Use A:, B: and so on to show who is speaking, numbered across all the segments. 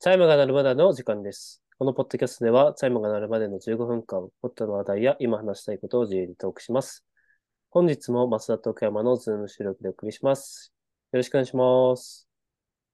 A: チャイムが鳴るまでの時間です。このポッドキャストでは、チャイムが鳴るまでの15分間、ポッドの話題や今話したいことを自由にトークします。本日も増田徳山のズーム収録でお送りします。よろしくお願いします。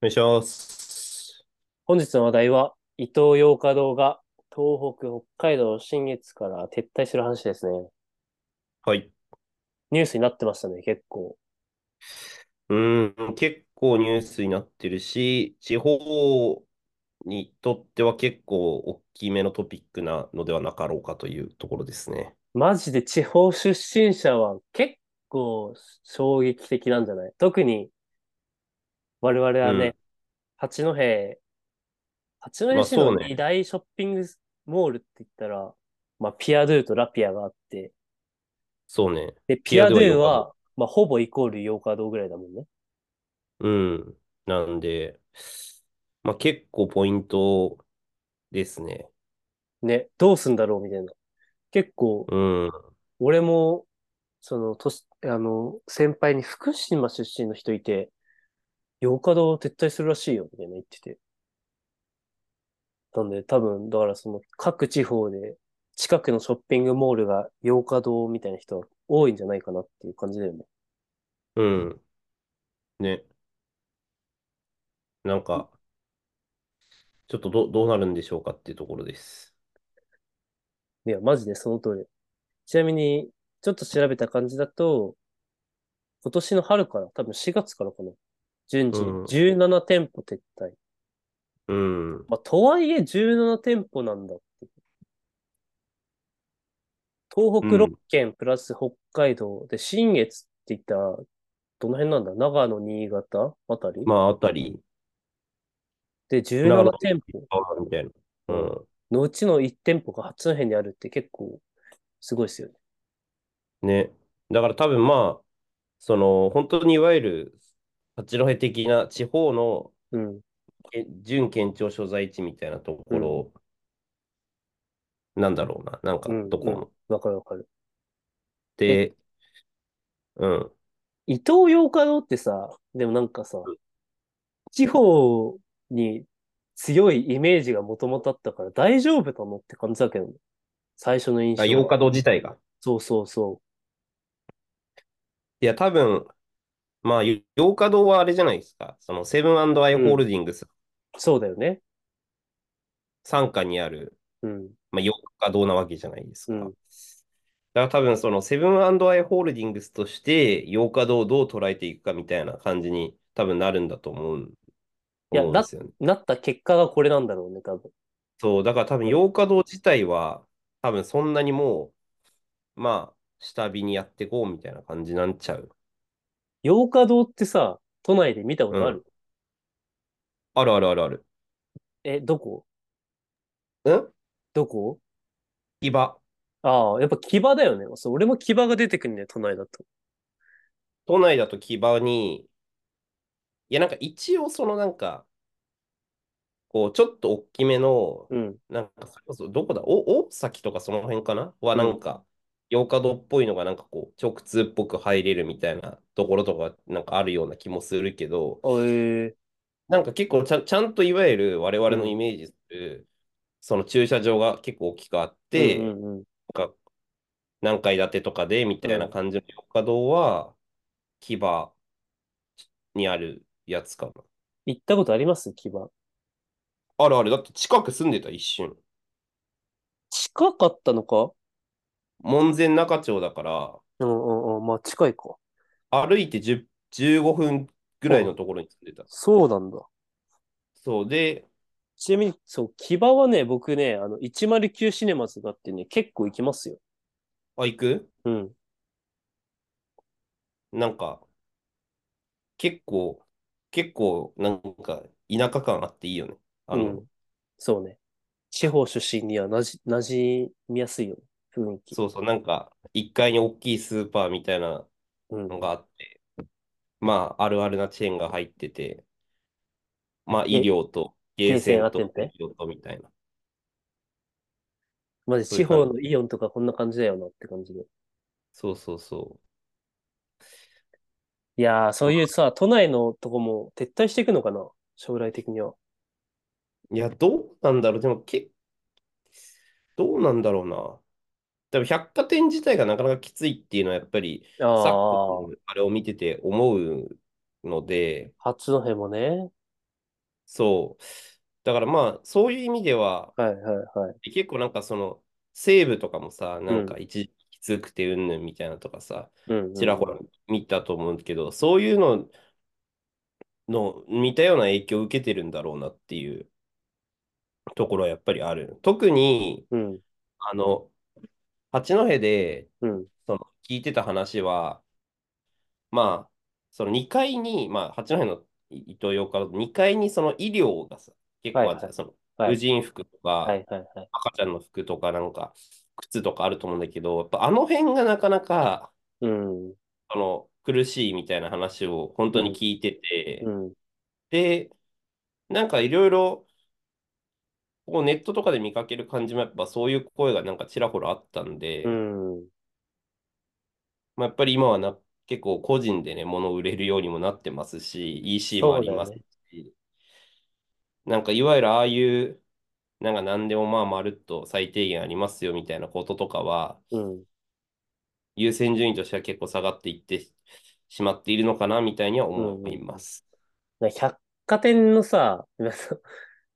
B: お願いします。
A: 本日の話題は、伊東洋華堂が東北、北海道、新月から撤退する話ですね。
B: はい。
A: ニュースになってましたね、結構。
B: うーん、結構ニュースになってるし、地方にとっては結構大きめのトピックなのではなかろうかというところですね。
A: マジで地方出身者は結構衝撃的なんじゃない特に我々は
B: うん
A: ね、八戸、八戸
B: まあ
A: 市の
B: そうね
A: 二大ショッピングモールって言ったら、まあ、ピアドゥとラピアがあって、
B: そうね。
A: で、ピ
B: ピ
A: ア
B: ア
A: ド
B: ド
A: ゥ
B: ゥ
A: は
B: は、
A: まあ、ほぼイコール洋華堂ぐらいだもんね。
B: うん。なんで、まあ、結構ポイントですね。
A: ね、どうすんだろうみたいな。結構、
B: うん。
A: 俺も、その、とし、あの、先輩に福島出身の人いて、洋華堂撤退するらしいよ、みたいな言ってて。なんで、多分、だからその、各地方で、近くのショッピングモールが洋華堂みたいな人は多いんじゃないかなっていう感じだよね。
B: うん。ね。なんか、ちょっとど、どうなるんでしょうかっていうところです。
A: いや、マジでその通り。ちなみに、ちょっと調べた感じだと、今年の春から、多分4月からかな。順次、
B: うん
A: 17店舗撤退。
B: うん。
A: まあ、とはいえ17店舗なんだっていう。東北
B: うん
A: 6県プラス北海道で、新月って言ったら、どの辺なんだ長野、新潟あたり、
B: まあ、あたり、
A: で、
B: 長
A: 17
B: 野
A: 店舗
B: あみたいな。うん。
A: のうちの1店舗が八戸にあるって結構すごいですよね。
B: ね。だから多分まあ、その、本当にいわゆる、八戸的な地方の
A: うん。
B: え準県庁所在地みたいなところ、なんだろうな、なんか
A: うん
B: どこも。
A: わかるわかる。
B: で、うん、
A: 伊東洋華堂ってさ、でもなんかさ、地方に強いイメージがもともとあったから大丈夫なのって感じだけどね。最初の印
B: あ、
A: 象。
B: 洋華堂自体が。
A: そうそうそ
B: いや、多分、まあ、よ洋華堂はあれじゃないですか。その、セブンアイ・ホールディングス
A: う。そうだよね。
B: 傘下にある、
A: うん。
B: まあ、洋華堂なわけじゃないですか。
A: うん
B: だから多分、その、セブンアイ・ホールディングスとして、洋華堂をどう捉えていくかみたいな感じに、多分なるんだと思うん、
A: いや
B: 思うんですよね。
A: なった結果がこれなんだろうね、多分。
B: そう、だから多分、洋華堂自体は、多分そんなにもう、まあ、下火にやっていこうみたいな感じになっちゃう。
A: 洋華堂ってさ、都内で見たことある、
B: あるあるあるある。
A: え、どこ
B: うん
A: どこ
B: 木場。
A: ああ、やっぱ木場だよね。そう、俺も木場が出てくんね、都内だと。
B: 都内だと木場に、いや、なんか一応そのなんか、こう、ちょっと大きめの、
A: うん。
B: なんかそれこそ、どこだお、大崎とかその辺かなはなんか、洋華堂っぽいのがなんかこう、直通っぽく入れるみたいなところとか、なんかあるような気もするけど、
A: あえ
B: なんか結構ちゃん、ちゃんといわゆる我々のイメージする、その駐車場が結構大きくあっ
A: え
B: て、
A: うんうんうん。
B: なんか何階建てとかでみたいな感じの洋華堂は、木場にあるやつかな。
A: 行ったことあります木場。
B: あるある、だって近く住んでた一瞬。
A: 近かったのか
B: 門前仲町だから、
A: うんうんうん。まあ近いか。
B: 歩いて10 15分ぐらいのところに住んでた。
A: そうなんだ。
B: そうで、
A: ちなみに、そう、木場はね、僕ね、あの、109シネマズがあってね、結構行きますよ。
B: あ、行く
A: うん。
B: なんか、結構、結構、なんか、田舎感あっていいよね。あの、
A: うんそうね。地方出身にはなじ、馴染みやすいよね、雰囲気。
B: そうそう、なんか、1階に大きいスーパーみたいな
A: うん
B: のがあって、まあ、あるあるなチェーンが入ってて、まあ、医療と、ゲーセンと、
A: ゲーセンアテンペ
B: 医療とみたいな。
A: まじ
B: そう
A: 地
B: いう感
A: 方
B: じ
A: のイオンとかこんな感じだよなって感じで。
B: そうそうそ
A: いやー、そういうさ、都内のとこも撤退していくのかな将来的には。
B: いや、どうなんだろう。でも、け、どうなんだろうな。多分百貨店自体がなかなかきついっていうのは、やっぱり、昨
A: ああ、
B: 今、あれを見てて思うので、
A: 八戸もね。
B: そう。だからまあ、そういう意味では、
A: はいはいはい。
B: 結構なんかその、西部とかもさ、
A: う
B: なん
A: ん、
B: か一時期きつくてうんぬんみたいなのとかさ、
A: うん、
B: ちら
A: う
B: ほ
A: ん。
B: ら見たと思うけど、そういうのの似たような影響を受けてるんだろうなっていうところはやっぱりある。特に、
A: うん、
B: あの、八戸で、
A: うん、
B: その聞いてた話は、まあ、その2階に、まあ、八戸のイトーヨーカドー2階にその医療がさ、結
A: はい
B: 構あ
A: は
B: るじゃ
A: い。
B: ん。その
A: は
B: 婦
A: い、
B: 人服と
A: は
B: か、
A: い、はい、はい。
B: 赤ちゃんの服とか、なんか、靴とかあると思うんだけど、やっぱあの辺がなかなか、
A: うん、
B: あの、苦しいみたいな話を本
A: う
B: 当に
A: ん、
B: 聞いて
A: う
B: て、
A: ん、
B: で、なんかいろいろ、こうネットとかで見かける感じもやっぱそういう声がなんかちらほらあったん
A: う
B: で、
A: ん。
B: まあ、やっぱり今はな結構個人でね、物を売れるようにもなってますし、EC もあ
A: そう
B: り
A: だよ
B: ます
A: ね。
B: し、なんかいわゆるああいう、なんか何でもまあまるっと最低限ありますよみたいなこととかは、
A: うん、
B: 優先順位としては結構下がっていってしまっているのかなみたいには
A: う
B: 思
A: ん、う
B: い
A: ん。
B: ます。
A: ね百貨店のさ、 今さ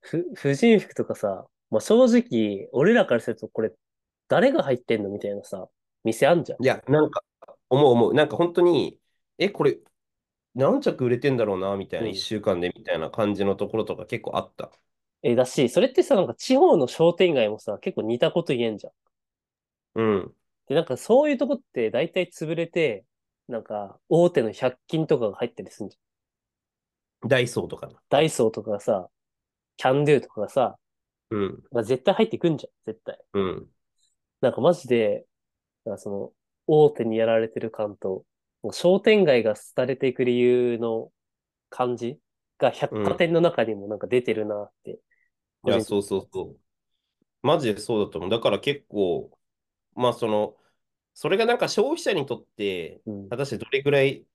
A: ふ、婦人服とかさ、まあ、正直、俺らからするとこれ、誰が入ってんのみたいなさ、店あんじゃん。
B: いや、なんか思う思う。なんか本当に、え、これ何着売れてんだろうなみたいうな、
A: ん。
B: 1週間でみたいな感じのところとか結構あった。
A: え、だし、それってさ、なんか地方の商店街もさ、結構似たこと言えんじゃん。
B: うん。
A: で、なんかそういうとこって大体潰れて、なんか大手の100均とかが入ったりするんじゃん。
B: ダイソーとかな。
A: ダイソーとかがさ、キャンドゥとかがさ、
B: うん。
A: まあ絶対入ってくんじゃん、絶対。
B: うん。
A: なんかマジで、なんかその、大手にやられてる感と、もう商店街が廃れていく理由の感じが百
B: う
A: 貨
B: ん。
A: 店の中にもなんか出てるなって、
B: い
A: 個
B: や、
A: 人的
B: そう
A: に
B: そ
A: 思う。
B: うそう。マジでそうだと思う。だから結構、まあその、それがなんか消費者にとって、
A: うん、
B: 果たしてどれぐらい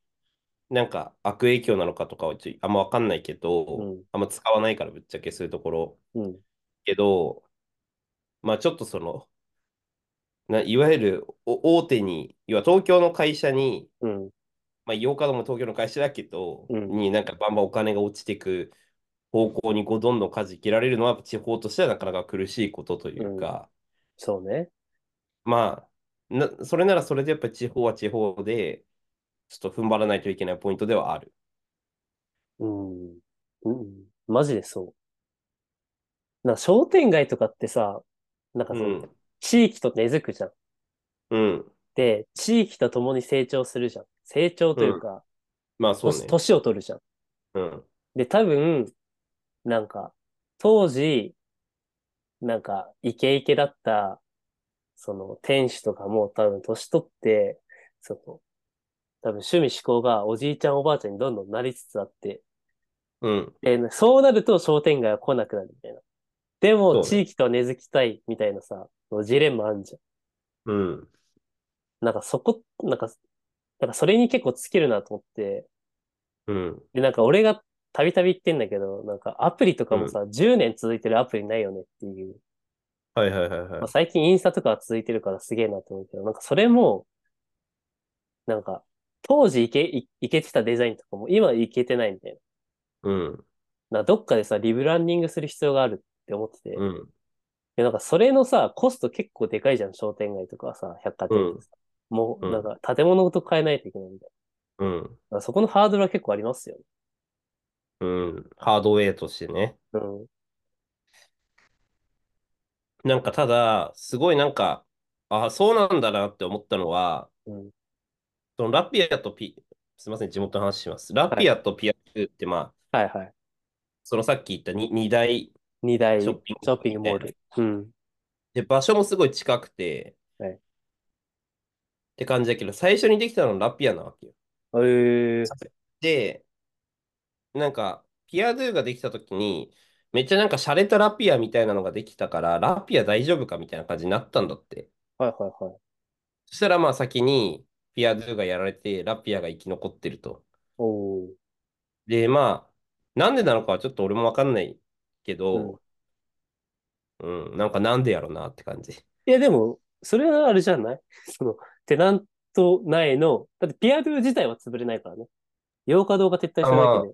B: なんか悪影響なのかとかはちょあんまわかんないけ
A: う
B: ど、
A: ん、
B: あんま使わないからぶっちゃけそういうところ。
A: うん、
B: けど、まあちょっとその、な、いわゆるお大手に、要は東京の会社に、
A: うん、
B: まあ、ヨーカドーも東京の会社だけど、
A: うん。
B: になんかバンバンお金が落ちてく方向にこうどんどん舵切られるのは地方としてはなかなか苦しいことという
A: うん、
B: か、
A: そうね。
B: まあ、な、それならそれでやっぱり地方は地方で、ちょっと踏ん張らないといけないポイントではある。
A: うん、うん、マジでそう。なんか商店街とかってさ、なんか
B: う
A: その、
B: ん、
A: 地域と根付くじゃん。
B: うん、
A: で、地域と共に成長するじゃん。成長と
B: う。
A: いうんか、
B: まあそう
A: 年、
B: ね。
A: 年を取るじゃん。
B: うん、
A: で、多分、なんか、当時、なんか、イケイケだった、その、店主とかも多分、年取って、その、多分、趣味嗜好がおじいちゃんおばあちゃんにどんどんなりつつあって、
B: うん、
A: で、そうなると商店街は来なくなるみたいな。でも、
B: そう
A: 地
B: ね。
A: 域とは根付きたいみたいなさ、ジレンマあんじゃ
B: うん、
A: ん。なんかそこ、なんか、なんかそれに結構尽きるなと思って、
B: うん、
A: で、なんか俺がたびたび言ってんだけど、なんかアプリと
B: う
A: かも
B: ん。
A: さ、10年続いてるアプリないよねっていう。
B: はいはいはい
A: まあ、
B: はい。
A: 最近インスタとかは続いてるからすげえなと思うけど、なんかそれも、なんか、当時いけ、い、いけてたデザインとかも今いけてないみたい
B: うん、
A: な。なんかどっかでさ、リブランディングする必要があるって思ってて。
B: うん、
A: で、なんかそれのさ、コスト結構でかいじゃん、商店街とかさ、百貨
B: う
A: 店って
B: ん、
A: さ。もう、
B: う
A: なん
B: ん、
A: か建物ごと変えないといけないみたい
B: うん、
A: な。そこのハードルは結構ありますよね。
B: うん。ハードウェイとしてね。
A: うん。
B: なんかただ、すごいなんか、ああ、そうなんだなって思ったのは、
A: うん。
B: そのラピアとピ、すみません、地元の話します。ラ
A: は
B: ピ
A: い。
B: アとピアフって、まあ、
A: はいはい。
B: そのさっき言ったに2大
A: 二大
B: ショッ
A: シ
B: ピング
A: ョッ
B: モール
A: ピング
B: みた
A: モー
B: いな。
A: ル。うん。
B: で、場所もすごい近くて、
A: はい。
B: って感じだけど、最初にできたのラピアなわけよ。
A: ええ。
B: で、なんか、ピアドゥができたときに、めっちゃなんか洒落たラピアみたいなのができたから、ラピア大丈夫かみたいな感じになったんだって。
A: はいはいはい。
B: そしたらまあ先に、ピアドゥがやられて、ラピアが生き残ってると。
A: おー。
B: で、まあ、なんでなのかはちょっと俺もわかんないけ
A: うん。
B: ど、うん。なんかなんでやろなって感じ。
A: いや、でも、それはあれじゃない その、テナント内の、だってピアドゥ自体は潰れないからね。洋華堂が撤退したわけで。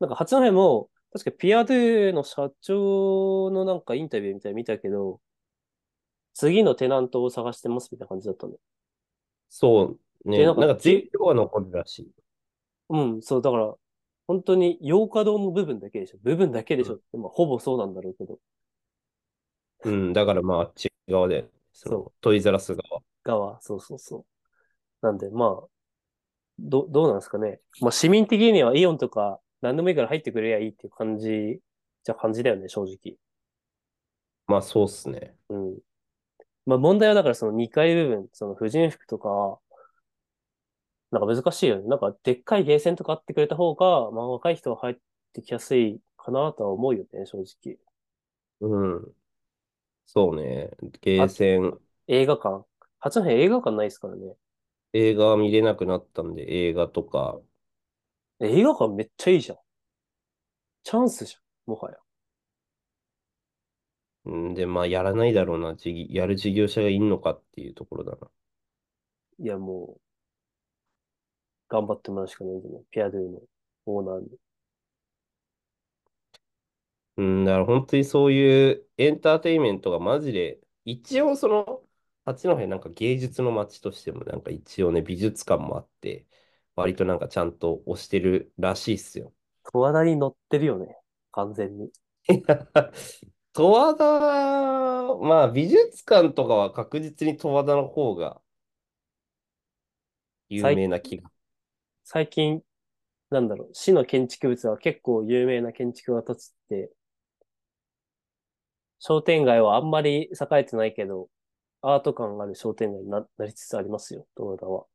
A: なんか、八戸も、確かピアドゥの社長のなんかインタビューみたいに見たけど、次のテナントを探してますみたいな感じだったの。
B: そうね。
A: でなんか
B: なんか全量は残るらしい。
A: うん、そう、だから、本当に洋華堂の部分だけでしょ。部分だけでしょって、まあ、ほぼそうなんだろうけど、
B: うん。だからまあ、あっち側で、その
A: そう
B: トイザらス側。
A: 側、そうそうそう。なんで、まあ、ど、どうなんですかね。まあ、市民的にはイオンとか、何でもいいから入ってくれりゃいいっていう感じ、じゃ感じだよね、正直。
B: まあ、そうっすね。
A: うん。まあ、問題はだからその2階部分、その婦人服とか、なんか難しいよね。なんか、でっかいゲーセンとかあってくれた方が、まあ、若い人は入ってきやすいかなとは思うよね、正直。
B: うん。そうね。ゲーセン、
A: 映画館。八戸映画館ないですからね。
B: 映画見れなくなったんで、映画とか、
A: え映画館めっちゃいいじゃん。チャンスじゃん、もはや。
B: うんで、まあ、やらないだろうな、事業やる事業者がいんのかっていうところだな。
A: いや、もう、頑張ってもらうしかないんじゃないピアドゥのオーナーに。
B: うん、だから本当にそういうエンターテインメントがマジで、一応その、八戸なんか芸術の街としてもなんか一応ね、美術館もあって、割となんかちゃんと推してるらしいっすよ。
A: 十和田に乗ってるよね。完全に。
B: 十和田、まあ美術館とかは確実に十和田の方が有名な気が。
A: 最近、なんだろう、市の建築物は結構有名な建築が建つって、商店街はあんまり栄えてないけど、アート感がある商店街にな、なりつつありますよ、十和田は。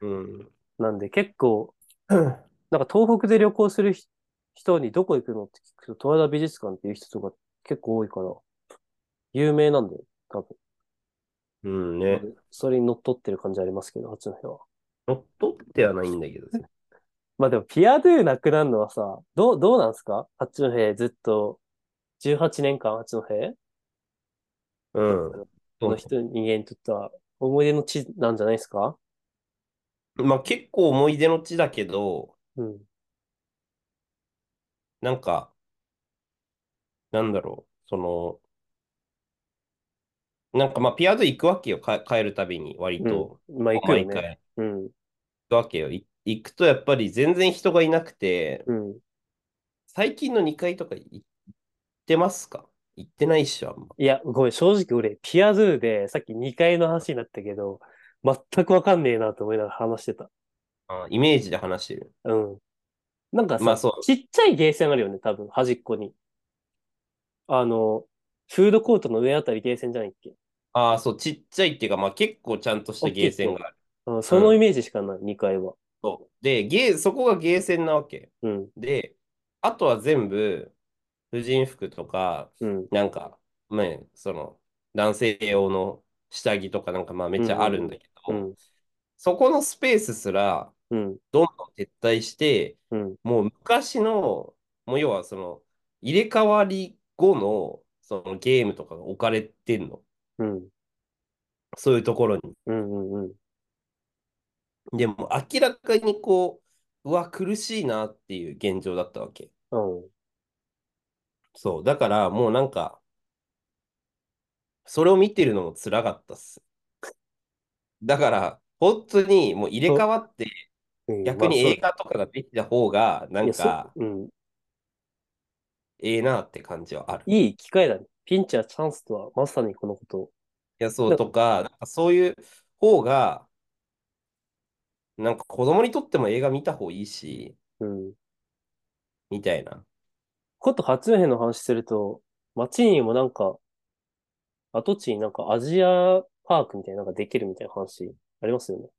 B: うん。
A: なんで結構、なんか東北で旅行するひ人にどこ行くのって聞くと、十和田美術館っていう人とか結構多いから、有名なんだよ、多分。
B: うんね。
A: それに乗っ取ってる感じありますけど、八戸は。
B: 乗っ取ってはないんだけどね。
A: まあでも、ピアドゥなくなるのはさ、どう、どうなんすか八戸ずっと、18年間八戸
B: うん。
A: の人、人間にとっては思い出の地なんじゃないですか
B: まあ結構思い出の地だけど、
A: うん。
B: なんか、なんだろう、その、なんかまあピアノ行くわけよ、か帰るたびに割と、
A: うん。まあ行くよ
B: 毎
A: ね。
B: 回
A: うん。
B: 行くわけよ。い行くとやっぱり全然人がいなくて、
A: うん。
B: 最近の2階とかい行ってますか行ってないっしょ、あんま。
A: いや、ごめん、正直俺、ピアドゥで、さっき2階の話になったけど、全くわかんねえなと思いながら話してた。
B: あイメージで話してる。
A: うん。なんか
B: まあ
A: さ、
B: そう。
A: ちっちゃいゲーセンあるよね、多分、端っこに。あの、フードコートの上あたりゲーセンじゃないっけ
B: ああ、そう、ちっちゃいっていうか、まあ結構ちゃんとしたゲーセンがある。
A: うん、そのイメージしかない、2階は。
B: そう。で、ゲー、そこがゲーセンなわけ。
A: うん、
B: で、あとは全部、婦人服とか、
A: うん、
B: なんか、ね、その、男性用の下着とかなんか、まあめっちゃあるんだけ
A: う
B: ど、
A: ん、
B: そこのスペースすら、
A: うん、
B: どんどん撤退して、
A: うん、
B: もう昔の、もう要はその、入れ替わり後の、そのゲームとかが置かれてんの。
A: うん、
B: そういうところに。
A: うん、うん。
B: でも明らかにこう、うわ、苦しいなっていう現状だったわけ。
A: うん
B: そう。だからもうなんか、それを見てるのも辛かったっす。 だから、本当にもう入れ替わっ
A: う
B: て、
A: ん
B: 逆に映画とかができた方が、な
A: まあ
B: ん
A: そういや
B: か、
A: そううん、
B: ええなって感じはある。
A: い
B: い
A: い機会だね。ピンチやチャンスとはまさにこのこと。
B: や、そうとか、なんかそういう方が、なんか子供にとっても映画見た方がいいし、
A: うん。
B: みたいな。
A: こと初編の話すると、街にもなんか、跡地になんかアジアパークみたいなのができるみたいな話ありますよね。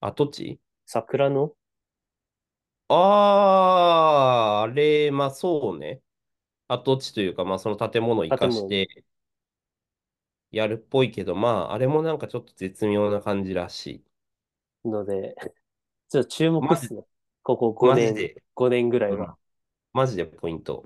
B: 跡地
A: 桜の
B: ああ、あれ、まあそうね。跡地というか、まあその建物を生
A: 建
B: か
A: 物
B: してやるっぽいけど、まああれもなんかちょっと絶妙な感じらしい。
A: ので、ちょっと注目っすね。ここ5
B: マジ
A: 年、
B: で、
A: 5年ぐらいうは。
B: んマジでポイント。